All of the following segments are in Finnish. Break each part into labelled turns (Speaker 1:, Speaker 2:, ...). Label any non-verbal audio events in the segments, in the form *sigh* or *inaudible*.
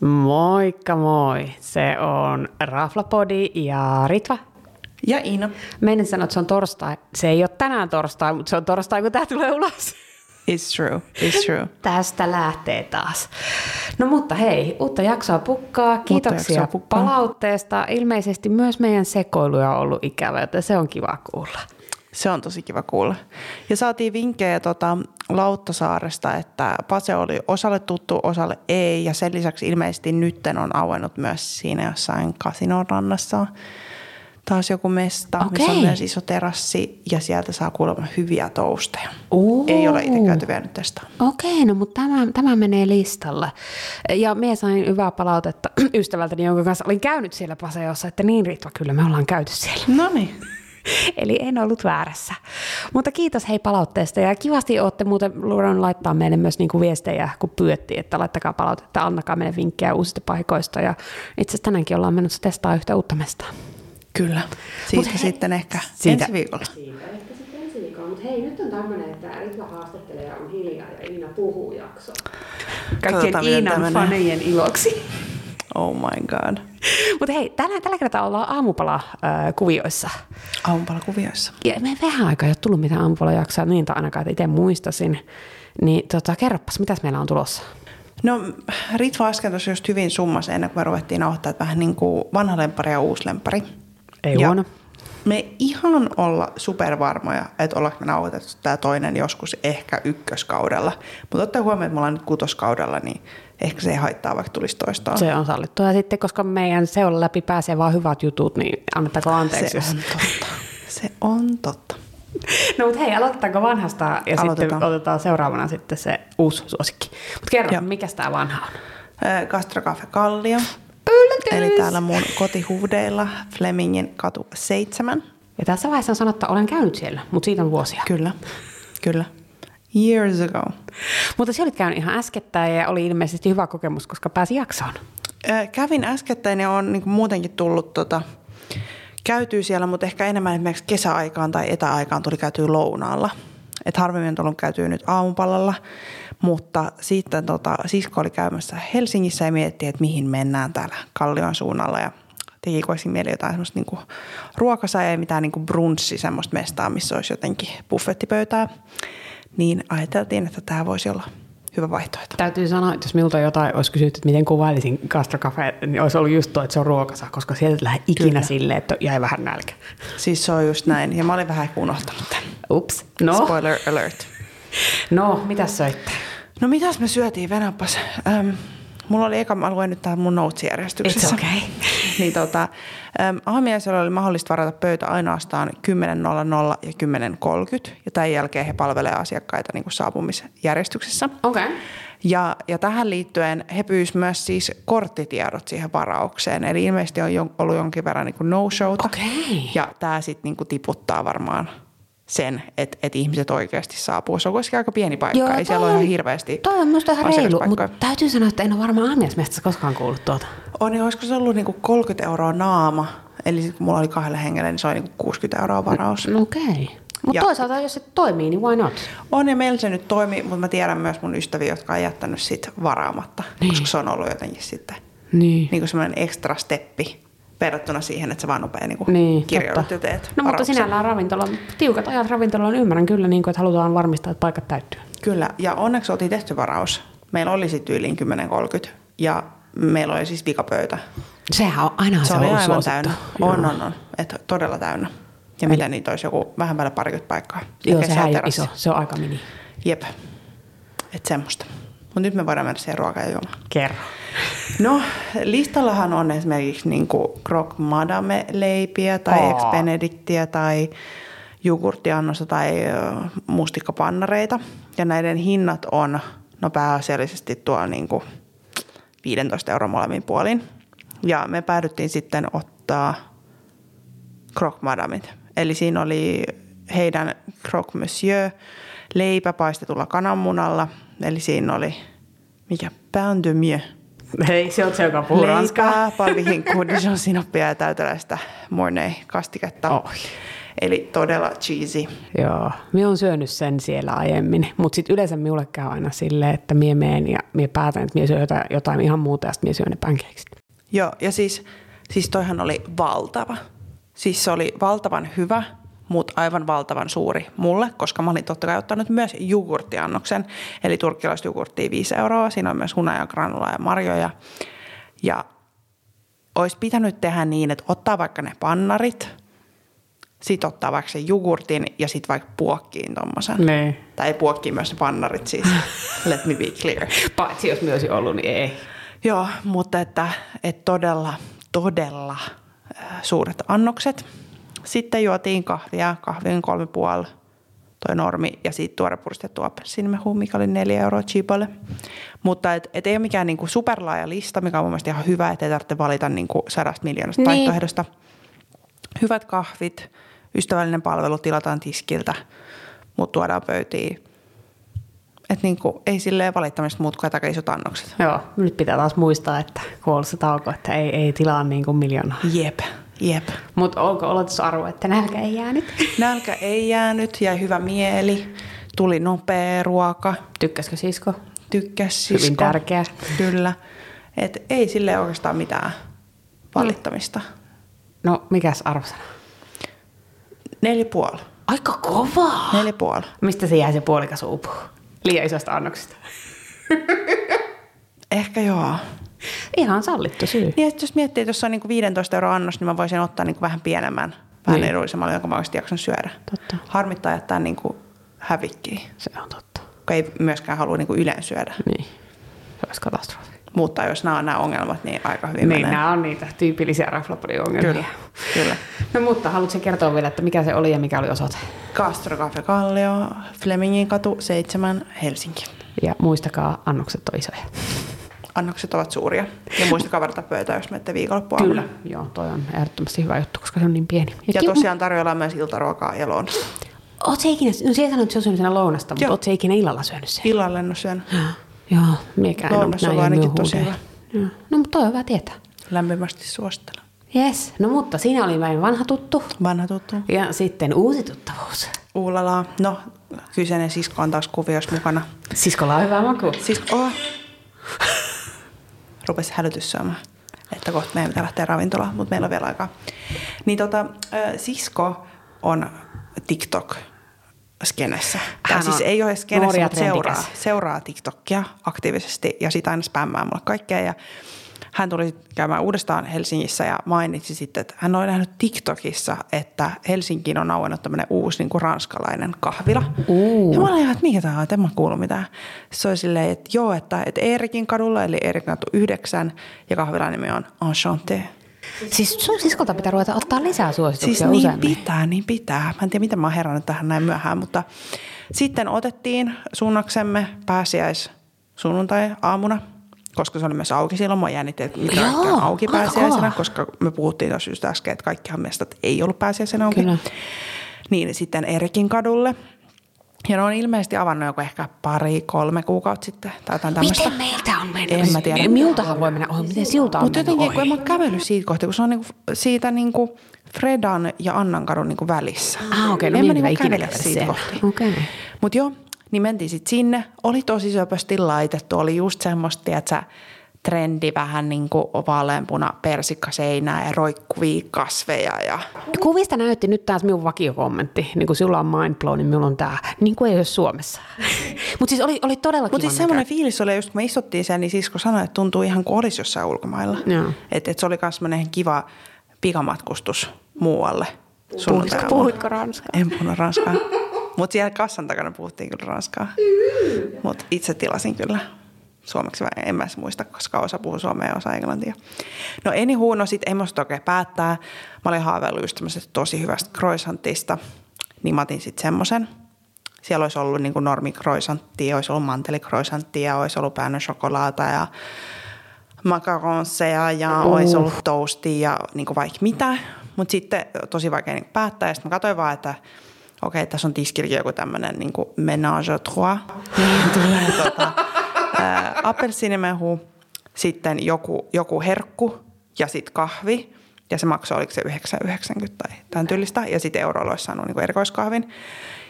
Speaker 1: Moikka moi! Se on Raflapodi ja Ritva.
Speaker 2: Ja Iina.
Speaker 1: Meidän sanoa, että se on torstai. Se ei ole tänään torstai, mutta se on torstai, kun tämä tulee ulos.
Speaker 2: It's true, it's true.
Speaker 1: *laughs* Tästä lähtee taas. No mutta hei, uutta jaksoa pukkaa. Kiitoksia
Speaker 2: jaksoa pukkaa.
Speaker 1: palautteesta. Ilmeisesti myös meidän sekoiluja on ollut ikävä, joten se on kiva kuulla.
Speaker 2: Se on tosi kiva kuulla. Ja saatiin vinkkejä tota Lauttasaaresta, että Pase oli osalle tuttu, osalle ei. Ja sen lisäksi ilmeisesti nytten on auennut myös siinä jossain kasinon rannassa taas joku mesta, okay. missä on
Speaker 1: Okei.
Speaker 2: myös iso terassi ja sieltä saa kuulemma hyviä tousteja.
Speaker 1: Ooh.
Speaker 2: Ei ole itse käyty vielä nyt testaa.
Speaker 1: Okei, no mutta tämä, tämä menee listalle. Ja minä sain hyvää palautetta *clears throat* ystävältäni, jonka kanssa olin käynyt siellä Paseossa, että niin Ritva, kyllä me ollaan käyty siellä.
Speaker 2: No niin.
Speaker 1: *laughs* Eli en ollut väärässä. Mutta kiitos hei palautteesta ja kivasti olette muuten luvannut laittaa meille myös niinku viestejä, kun pyöttiin, että laittakaa palautetta, annakaa meille vinkkejä uusista paikoista. Ja itse asiassa tänäänkin ollaan menossa testaa yhtä uutta mestaa.
Speaker 2: Kyllä. Siitä
Speaker 1: hei-
Speaker 2: sitten ehkä
Speaker 1: Siitä.
Speaker 2: Siitä. ensi viikolla.
Speaker 1: Siitä ehkä sitten ensi viikolla. Mutta hei, nyt on tämmöinen, että Ritva haastattelee ja on hiljaa ja Iina puhuu jakso. Kaikkien
Speaker 2: Katsotaan, miten
Speaker 1: Iinan
Speaker 2: tää menee.
Speaker 1: fanien iloksi. *laughs*
Speaker 2: Oh my god.
Speaker 1: Mutta hei, tänään, tällä kertaa ollaan äh, aamupala-kuvioissa.
Speaker 2: Aamupala kuvioissa.
Speaker 1: Ja me vähän aikaa ei ole tullut mitään aamupalajaksoa, niin tai ainakaan, että itse muistasin. Niin tota, kerropas, mitäs meillä on tulossa?
Speaker 2: No Ritva äsken tuossa just hyvin summas ennen kuin me ruvettiin nauhoittaa, että vähän niin kuin vanha lempari ja uusi lempari.
Speaker 1: Ei
Speaker 2: ja
Speaker 1: huono.
Speaker 2: Me ei ihan olla supervarmoja, että ollaanko me nauhoitettu tämä toinen joskus ehkä ykköskaudella. Mutta ottaa huomioon, että me ollaan nyt kutoskaudella, niin ehkä se ei haittaa, vaikka tulisi toistoa.
Speaker 1: Se on sallittua. Ja sitten, koska meidän seolla läpi pääsee vaan hyvät jutut, niin annettaako anteeksi,
Speaker 2: se
Speaker 1: jos...
Speaker 2: on totta. Se on totta.
Speaker 1: No mutta hei, aloitetaanko vanhasta ja sitten
Speaker 2: Aloitetaan.
Speaker 1: otetaan seuraavana sitten se uusi suosikki. Mutta kerro,
Speaker 2: Joo.
Speaker 1: mikä tämä vanha on?
Speaker 2: Ö, Gastrocafe Kallio.
Speaker 1: Yllätys!
Speaker 2: Eli täällä mun kotihuudeilla Flemingin katu 7.
Speaker 1: Ja tässä vaiheessa on sanottu, että olen käynyt siellä, mutta siitä on vuosia.
Speaker 2: Kyllä, kyllä. Years ago.
Speaker 1: Mutta se olit käynyt ihan äskettäin ja oli ilmeisesti hyvä kokemus, koska pääsi jaksoon.
Speaker 2: Ö, Kävin äskettäin ja on niin muutenkin tullut tota, käytyy siellä, mutta ehkä enemmän esimerkiksi kesäaikaan tai etäaikaan tuli käytyä lounaalla. Et harvemmin on tullut käytyä nyt aamupalalla, mutta sitten tota, sisko oli käymässä Helsingissä ja mietti, että mihin mennään täällä Kallion suunnalla ja teki koisin mieli jotain semmoista niinku ruokasaa ja mitään niinku brunssi semmoista mestaa, missä olisi jotenkin buffettipöytää. Niin ajateltiin, että tämä voisi olla hyvä vaihtoehto.
Speaker 1: Täytyy sanoa, että jos minulta jotain olisi kysytty, että miten kuvailisin gastrokafeet, niin olisi ollut just tuo, että se on ruokasa, koska sieltä lähde ikinä Kyllä.
Speaker 2: Kyllä.
Speaker 1: silleen, että jäi vähän nälkä.
Speaker 2: Siis se on just näin ja mä olin vähän ehkä unohtanut tämän.
Speaker 1: Ups. No,
Speaker 2: Spoiler alert.
Speaker 1: no mitä söitte?
Speaker 2: No mitäs me syötiin Venäpas? Ähm, mulla oli eka, mä luen nyt tää mun
Speaker 1: It's
Speaker 2: notes-järjestyksessä.
Speaker 1: okay.
Speaker 2: *laughs* niin tota, ähm, aamiaisella oli mahdollista varata pöytä ainoastaan 10.00 ja 10.30. Ja tämän jälkeen he palvelee asiakkaita niin kuin saapumisjärjestyksessä.
Speaker 1: Okei. Okay.
Speaker 2: Ja, ja tähän liittyen he pyysivät myös siis korttitiedot siihen varaukseen. Eli ilmeisesti on jon- ollut jonkin verran niin kuin no-showta.
Speaker 1: Okei.
Speaker 2: Ja tämä sitten niinku tiputtaa varmaan sen, että et ihmiset oikeasti saapuu. Se on kuitenkin aika pieni paikka, Joo, ei siellä ole ihan hirveästi
Speaker 1: Toi on musta ihan reilu, mutta
Speaker 2: asiakaspaikkoja.
Speaker 1: täytyy sanoa, että en ole varmaan aamiaismestassa koskaan kuullut tuota.
Speaker 2: On, niin olisiko se ollut niinku 30 euroa naama, eli sit kun mulla oli kahdella hengellä, niin se oli niinku 60 euroa varaus.
Speaker 1: No okei. Okay. Mutta
Speaker 2: Ja-
Speaker 1: toisaalta, jos se toimii, niin why not?
Speaker 2: On ja meillä se nyt toimi, mutta mä tiedän myös mun ystäviä, jotka on jättänyt sit varaamatta, niin. koska se on ollut jotenkin sitten
Speaker 1: Niin.
Speaker 2: niinku semmoinen ekstra steppi verrattuna siihen, että sä vaan nopea niinku
Speaker 1: Niin,
Speaker 2: kirjoitat
Speaker 1: totta.
Speaker 2: ja teet
Speaker 1: No mutta
Speaker 2: varauksen.
Speaker 1: sinällään ravintola, tiukat ajat ravintolaan ymmärrän kyllä, niin kuin, että halutaan varmistaa, että paikat täyttyy.
Speaker 2: Kyllä, ja onneksi oltiin tehty varaus. Meillä oli sitten yliin 10.30 ja meillä oli siis vikapöytä.
Speaker 1: Sehän on aina
Speaker 2: Se,
Speaker 1: Ah, se,
Speaker 2: oli
Speaker 1: on
Speaker 2: aivan
Speaker 1: suosittu.
Speaker 2: täynnä. On, on, on. Et todella täynnä. Ja mitä niitä olisi joku vähän päälle parikymmentä paikkaa. Ja
Speaker 1: Joo, sehän ei ole
Speaker 2: kesäterassi.
Speaker 1: iso, se on aika mini.
Speaker 2: Jep. Et semmoista. Mutta nyt me voidaan mennä siihen ruokaan ja juomaan.
Speaker 1: Kerro.
Speaker 2: No, listallahan on esimerkiksi niin Croque Madame-leipiä tai
Speaker 1: Aa.
Speaker 2: Ex Benedictia tai jogurttiannosta tai ö, mustikkapannareita. Ja näiden hinnat on no pääasiallisesti tuo niin kuin 15 euroa molemmin puolin. Ja me päädyttiin sitten ottaa Croque Madamit. Eli siinä oli heidän Croque Monsieur leipä paistetulla kananmunalla. Eli siinä oli, mikä, pain de mieux.
Speaker 1: Hei, se on se, joka puhuu *laughs*
Speaker 2: Leipää, palvihinkku, Dijon sinappia ja täyteläistä mornay kastiketta.
Speaker 1: Oi.
Speaker 2: Eli todella cheesy.
Speaker 1: Joo, minä olen syönyt sen siellä aiemmin, mutta sitten yleensä minulle käy aina silleen, että minä meen ja minä päätän, että minä syön jotain, jotain ihan muuta ja sitten minä syön ne pankeeksit.
Speaker 2: Joo, ja siis, siis toihan oli valtava. Siis se oli valtavan hyvä, mutta aivan valtavan suuri mulle, koska mä olin totta kai ottanut myös jogurttiannoksen, eli turkkilaista jogurttia 5 euroa. Siinä on myös hunajaa, granulaa ja marjoja. Ja olisi pitänyt tehdä niin, että ottaa vaikka ne pannarit, sit ottaa vaikka sen jogurtin ja sit vaikka puokkiin tommosen.
Speaker 1: Niin.
Speaker 2: Tai ei puokkiin myös ne pannarit siis. Let me be clear.
Speaker 1: Paitsi jos minä olisin ollut, niin ei.
Speaker 2: Joo, mutta että, että todella, todella äh, suuret annokset. Sitten juotiin kahvia, kahvin kolme puoli, toi normi, ja siitä tuore puristettu appelsiinimehu, mikä oli neljä euroa chipolle. Mutta et, et ei ole mikään niinku superlaaja lista, mikä on mun mielestä ihan hyvä, ettei tarvitse valita niinku sadasta miljoonasta
Speaker 1: Niin.
Speaker 2: niin. vaihtoehdosta. Hyvät kahvit, ystävällinen palvelu, tilataan tiskiltä, mut tuodaan pöytiin. Et niinku, ei silleen valittamista muut kuin aika isot annokset.
Speaker 1: Joo, nyt pitää taas muistaa, että kun on ollut se tauko, että ei, ei tilaa niin kuin miljoonaa.
Speaker 2: Jep, jep.
Speaker 1: Mutta onko oletusarvo, että nälkä ei jäänyt?
Speaker 2: Nälkä ei jäänyt, jäi hyvä mieli, tuli nopea ruoka,
Speaker 1: Tykkäskö sisko?
Speaker 2: tykkäs
Speaker 1: Hyvin
Speaker 2: sisko.
Speaker 1: tärkeä.
Speaker 2: Kyllä. Et ei sille oikeastaan mitään valittamista.
Speaker 1: No, mikäs arvosana?
Speaker 2: Neljä puoli.
Speaker 1: Aika kovaa!
Speaker 2: Neljä puoli.
Speaker 1: Mistä se jää se puolikas uupu? Liian isosta annoksesta.
Speaker 2: Ehkä joo.
Speaker 1: Ihan sallittu syy.
Speaker 2: Niin, että jos miettii, että jos on niinku 15 euroa annos, niin mä voisin ottaa niinku vähän pienemmän, vähän
Speaker 1: Niin.
Speaker 2: niin. edullisemmalle, jonka mä oikeasti jaksan syödä.
Speaker 1: Totta.
Speaker 2: Harmittaa jättää niinku hävikkiä,
Speaker 1: Se on totta.
Speaker 2: kun ei myöskään halua niinku yleen syödä.
Speaker 1: Niin. Se olisi katastrofi.
Speaker 2: Mutta jos nämä on nämä ongelmat, niin aika hyvin
Speaker 1: Niin,
Speaker 2: menee.
Speaker 1: nämä on niitä tyypillisiä raflapodiongelmia.
Speaker 2: Kyllä, kyllä.
Speaker 1: No mutta haluatko kertoa vielä, että mikä se oli ja mikä oli osoite?
Speaker 2: Castro Cafe Kallio, Flemingin katu 7, Helsinki.
Speaker 1: Ja muistakaa, annokset on isoja.
Speaker 2: Annokset ovat suuria. Ja muistakaa varata pöytää, jos menette viikonloppuaamuna.
Speaker 1: Joo, toi on ehdottomasti hyvä juttu, koska se on niin pieni.
Speaker 2: Ja
Speaker 1: ki-
Speaker 2: tosiaan tarjolla on myös iltaruokaa eloon.
Speaker 1: Oot sä ikinä, no siellä sanoit, että se on syönyt sen lounasta, mutta
Speaker 2: Joo.
Speaker 1: oot sä ikinä illalla syönyt sen?
Speaker 2: Illalla en ole syönyt.
Speaker 1: Joo, miekään en ole, mutta
Speaker 2: Lounas on
Speaker 1: näin
Speaker 2: ainakin
Speaker 1: minun
Speaker 2: tosi
Speaker 1: huudeja. Joo. No, mutta toi on hyvä tietää.
Speaker 2: Lämpimästi suosittelen.
Speaker 1: Yes, no mutta siinä oli vain vanha tuttu
Speaker 2: Vanha tuttu.
Speaker 1: ja sitten uusi tuttavuus.
Speaker 2: Uulalaa. No, kyseinen sisko on taas kuvioissa mukana.
Speaker 1: Siskolla on hyvä maku.
Speaker 2: Siis oh. Rupesi hälytys syömään, että kohta meidän pitää lähteä ravintolaan, mutta meillä on vielä aikaa. Niin tota, äh, sisko on TikTok skenessä.
Speaker 1: Hän
Speaker 2: Tai siis
Speaker 1: on
Speaker 2: ei ole skenessä,
Speaker 1: nuori ja
Speaker 2: mutta seuraa,
Speaker 1: trendikäs.
Speaker 2: seuraa TikTokia aktiivisesti ja sitä aina spämmää mulle kaikkea. Ja hän tuli sit käymään uudestaan Helsingissä ja mainitsi sitten, että hän oli nähnyt TikTokissa, että Helsinkiin on auennut tämmöinen uusi niin kuin ranskalainen kahvila.
Speaker 1: Uu.
Speaker 2: Ja mä olin ihan, että mikä tämä on, että en mä kuullut mitään. Se oli silleen, että joo, että, että Eerikin kadulla, eli Eerik katu yhdeksän, ja kahvilan nimi on Enchanté.
Speaker 1: Siis sun siskolta pitää ruveta ottaa lisää suosituksia
Speaker 2: Siis niin
Speaker 1: useammin.
Speaker 2: pitää, niin pitää. Mä en tiedä, miten mä oon herännyt tähän näin myöhään, mutta sitten otettiin suunnaksemme pääsiäis sunnuntai aamuna, koska se oli myös auki silloin. Mä jännitti, että mitä
Speaker 1: Joo,
Speaker 2: kaikkea on auki
Speaker 1: aika
Speaker 2: pääsiäisenä,
Speaker 1: kova.
Speaker 2: koska me puhuttiin tuossa just äsken, että kaikkihan mestat ei ollut pääsiäisenä auki.
Speaker 1: Kyllä.
Speaker 2: Niin sitten Erikin kadulle. Ja ne on ilmeisesti avannut joku ehkä pari, kolme kuukautta sitten tai jotain tämmöistä.
Speaker 1: Miten meiltä on mennyt?
Speaker 2: En mä tiedä.
Speaker 1: Miultahan voi mennä ohi, miten siltä on
Speaker 2: Mutta jotenkin, kun en
Speaker 1: mennyt
Speaker 2: mä ole kävellyt siitä kohti, kun se on niinku siitä niinku Fredan ja Annankadun niinku välissä.
Speaker 1: Ah, okei, no
Speaker 2: en
Speaker 1: niin,
Speaker 2: mä
Speaker 1: niin mä
Speaker 2: niinku
Speaker 1: ikinä
Speaker 2: kävele
Speaker 1: kävele
Speaker 2: siitä
Speaker 1: siellä.
Speaker 2: kohti.
Speaker 1: Okei.
Speaker 2: Mutta joo, niin mentiin sitten sinne. Oli tosi söpösti laitettu. Oli just semmoista, että trendi vähän niin kuin vaaleanpuna persikkaseinää ja roikkuvia kasveja. Ja...
Speaker 1: ohi? Kuvista näytti nyt taas minun vakiokommentti. Niin kuin sulla on mindblown, niin minulla on tää. Niin kuin ei ole *laughs* Suomessa. Mutta siis oli, oli todella
Speaker 2: Mutta
Speaker 1: kivan
Speaker 2: siis semmoinen fiilis oli, just kun me istuttiin siellä, niin sisko sanoi, että tuntuu ihan kuin olisi jossain ulkomailla.
Speaker 1: Joo.
Speaker 2: Että et se oli myös semmoinen kiva pikamatkustus muualle.
Speaker 1: Puhutko,
Speaker 2: sunnuntai-aamuna.
Speaker 1: puhutko ranskaa?
Speaker 2: En puhunut ranskaa. Mutta siellä kassan takana puhuttiin kyllä ranskaa. Mutta itse tilasin kyllä suomeksi. Mä en mä edes muista, koska osa puhuu suomea ja osa englantia. No eni huono, sit ei musta oikein päättää. Mä olin haaveillut just tämmöisestä tosi hyvästä croissantista. Niin mä otin sitten semmoisen. Siellä olisi ollut niin normi croissantia, olisi ollut manteli croissantia, olisi ollut päännön shokolaata ja makaronseja ja
Speaker 1: Uh.
Speaker 2: uh. olisi ollut toastia ja niin kuin vaikka mitä. Mutta sitten tosi vaikea niin päättää. Ja sitten mä katsoin vaan, että okei, okay, tässä on tiskilläkin joku tämmöinen niin menage à trois. Niin tulee *laughs* tota, ää, appelsiinimehu, sitten joku, joku herkku ja sitten kahvi. Ja ja se maksoi, oliko se 9,90 tai tämän tyylistä, ja sitten eurolla olisi saanut niin erikoiskahvin.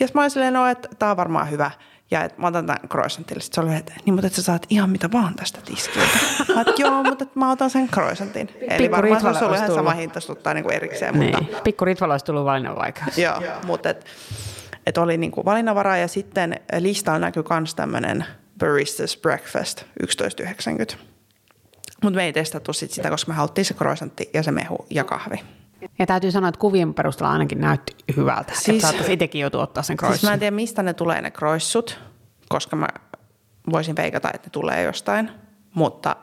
Speaker 2: Ja sitten mä olin silleen, no, että tämä on varmaan hyvä, ja et mä otan tämän croissantille. Sitten se oli, että niin, mutta et sä saat ihan mitä vaan tästä tiskiltä. Mä oot, joo, mutta et mä otan sen croissantin. Eli varmaan se olisi ollut ihan sama hinta, jos ottaa niinku erikseen.
Speaker 1: Niin.
Speaker 2: Mutta,
Speaker 1: Mutta... Pikku Ritvala olisi tullut valinnanvaikeus.
Speaker 2: Joo, mutta et, et oli niinku valinnanvaraa ja sitten listalla näkyy myös tämmöinen Barista's Breakfast 11,90. Mutta me ei testattu sit sitä, koska me haluttiin se croissantti ja se mehu ja kahvi. Siis
Speaker 1: Ja täytyy sanoa, että kuvien perusteella ainakin näytti hyvältä. Siis... Että
Speaker 2: Siis-
Speaker 1: saattaisi itsekin joutua ottaa sen
Speaker 2: Siis mä
Speaker 1: croissantin.
Speaker 2: en tiedä, mistä ne tulee ne croissut, koska mä voisin veikata, että ne tulee jostain. Mutta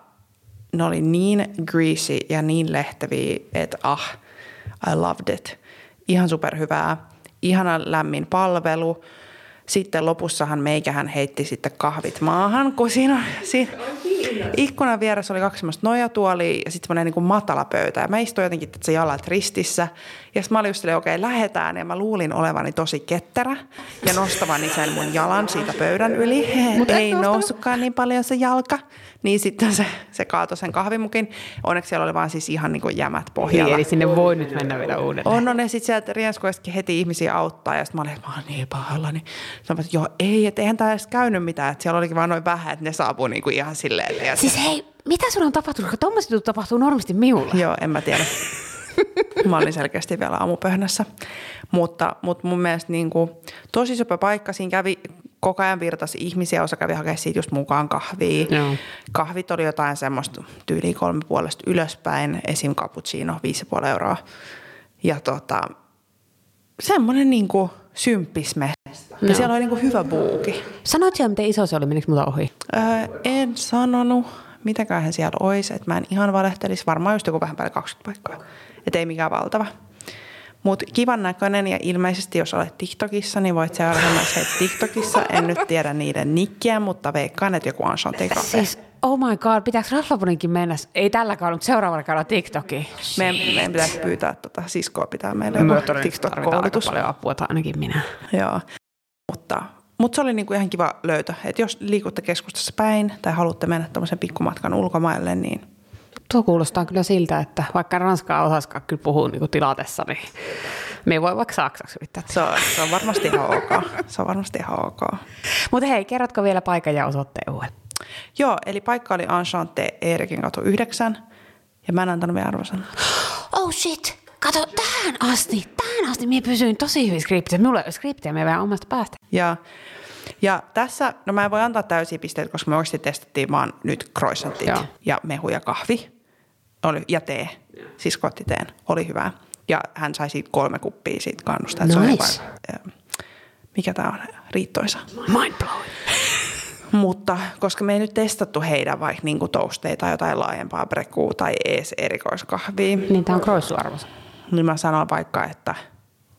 Speaker 2: ne oli niin greasy ja niin lehteviä, että ah, I loved it. Ihan superhyvää, ihana lämmin palvelu. Sitten lopussahan meikähän heitti sitten kahvit maahan, kun siinä, siinä ikkunan vieressä oli kaksi semmoista nojatuolia ja sitten semmoinen niin matala pöytä. Ja mä istuin jotenkin että se jalat ristissä. Ja sitten mä olin just silleen, okei, lähetään. Ja mä luulin olevani tosi ketterä ja nostavani sen mun jalan siitä pöydän yli. *laughs*
Speaker 1: Mut et
Speaker 2: ei
Speaker 1: nostanut.
Speaker 2: noussutkaan niin paljon se jalka. Niin sitten se, se kaatoi sen kahvimukin. Onneksi siellä oli vaan siis ihan niin kuin jämät pohjalla.
Speaker 1: Niin, eli sinne voi nyt mennä vielä uudelleen.
Speaker 2: On, on, ja sitten sieltä rienskuestakin heti ihmisiä auttaa, ja sitten mä olin, että mä oon niin pahalla, niin sanoin, että joo, ei, että eihän tää edes käynyt mitään, että siellä olikin vaan noin vähän, että ne saapuu niinku ihan silleen. Ja
Speaker 1: Siis hei, mitä sulla on tapahtunut? Koska tommoset jutut tapahtuu normaalisti minulle.
Speaker 2: Joo, en mä tiedä. Mä olin selkeästi vielä aamupöhnässä. Mutta, mutta mun mielestä niin kuin, tosi söpö paikka. Siinä kävi koko ajan virtasi ihmisiä, osa kävi hakemaan siitä just mukaan kahvia.
Speaker 1: Joo.
Speaker 2: Kahvit oli jotain semmoista tyyliä kolme puolesta ylöspäin, esim. cappuccino, viisi ja puoli euroa. Ja tota, semmoinen niin kuin symppisme.
Speaker 1: Joo.
Speaker 2: Ja siellä oli niin kuin hyvä buuki.
Speaker 1: Sanoit siellä, miten iso se oli, menikö multa ohi?
Speaker 2: Öö, en sanonut, mitäköhän siellä olisi, että mä en ihan valehtelisi. Varmaan just joku vähän päälle 20 paikkaa, et ei mikään valtava. Mutta kivan näköinen ja ilmeisesti jos olet TikTokissa, niin voit seurata myös heitä TikTokissa. En nyt tiedä niiden nikkiä, mutta veikkaan, että joku Anshantin kafe.
Speaker 1: Siis, oh my god, pitääkö Raslapuninkin mennä? Ei tällä kaudella, mutta seuraavalla kaudella TikTokiin.
Speaker 2: Meidän, meidän pitäisi pyytää tota, siskoa pitää meille
Speaker 1: Me
Speaker 2: joku
Speaker 1: todennäköisesti tarvitaan aika
Speaker 2: TikTok-koulutus.
Speaker 1: paljon apua, tai ainakin minä.
Speaker 2: Joo. Mutta, mutta se oli niinku ihan kiva löytö. Että jos liikutte keskustassa päin tai haluatte mennä tuommoisen pikkumatkan ulkomaille, niin
Speaker 1: Tuo kuulostaa kyllä siltä, että vaikka Ranskaa osaskaan kyllä puhuu niin tilatessa, niin me ei voi vaikka saksaksi yrittää.
Speaker 2: Se on, se on varmasti ihan ok. Se on varmasti ihan ok.
Speaker 1: Mutta hei, kerrotko vielä paikan ja osoitteen uuden?
Speaker 2: Joo, eli paikka oli Enchante Eerikin katu 9. Ja mä en antanut vielä arvosanaa.
Speaker 1: Oh shit! Kato, tähän asti, tähän asti minä pysyin tosi hyvin skriptissä. Minulla ei ole skriptiä, me vähän omasta päästä.
Speaker 2: Ja, ja tässä, no mä en voi antaa täysiä pisteitä, koska me oikeasti testattiin vaan nyt croissantit
Speaker 1: Joo.
Speaker 2: ja mehu ja kahvi oli, ja tee, siis kotiteen, oli hyvää. Ja hän sai siitä kolme kuppia siitä kannusta. että se oli
Speaker 1: Nice.
Speaker 2: aivan, ö, mikä tämä on? Riittoisa.
Speaker 1: Mind blowing.
Speaker 2: Mutta koska me ei nyt testattu heidän vaikka niin tousteita tai jotain laajempaa brekua tai ees erikoiskahvia,
Speaker 1: Niin tämä on kroissuarvonsa.
Speaker 2: niin mä sanon vaikka, että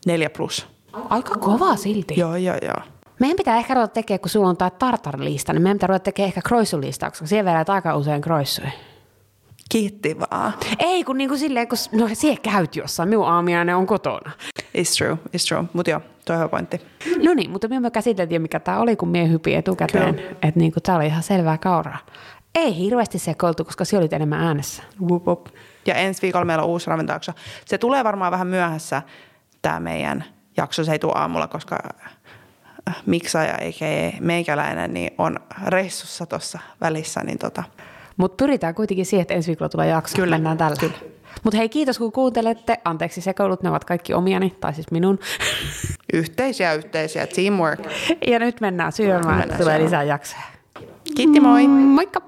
Speaker 2: neljä plus.
Speaker 1: Aika kova silti.
Speaker 2: Joo, joo, joo.
Speaker 1: Meidän pitää ehkä ruveta tekemään, kun sulla on tämä tartarlista, niin meidän pitää ruveta tekemään ehkä kroissulistaa, koska siellä vedät aika usein kroissuja.
Speaker 2: Kiitti vaan.
Speaker 1: Ei, kun niinku silleen, kun s- no siellä käyt jossain, minun aamiainen on kotona.
Speaker 2: It's true, it's true. Mutta joo, toi on hyvä pointti.
Speaker 1: No niin, mutta minä me käsiteltiin, mikä tämä oli, kun minä hypin etukäteen. Että niinku, tämä oli ihan selvää kauraa. Ei hirveästi sekoiltu, koska siellä olit enemmän äänessä.
Speaker 2: Wup, wup. Ja ensi viikolla meillä on uusi ravintojakso. Se tulee varmaan vähän myöhässä, tämä meidän jakso. Se ei tule aamulla, koska äh, miksaaja eikä meikäläinen niin on reissussa tuossa välissä. Niin tota,
Speaker 1: Mutta pyritään kuitenkin siihen, että ensi viikolla tulee jakso. Kyllä. Mennään tällä. Kyllä. Mutta hei, kiitos kun kuuntelette. Anteeksi sekoilut, ne ovat kaikki omiani, tai siis minun.
Speaker 2: yhteisiä, yhteisiä, teamwork.
Speaker 1: Ja nyt mennään syömään,
Speaker 2: Mennään
Speaker 1: tulee
Speaker 2: syömään.
Speaker 1: lisää jaksoja.
Speaker 2: Kiitti, moi!
Speaker 1: Moikka!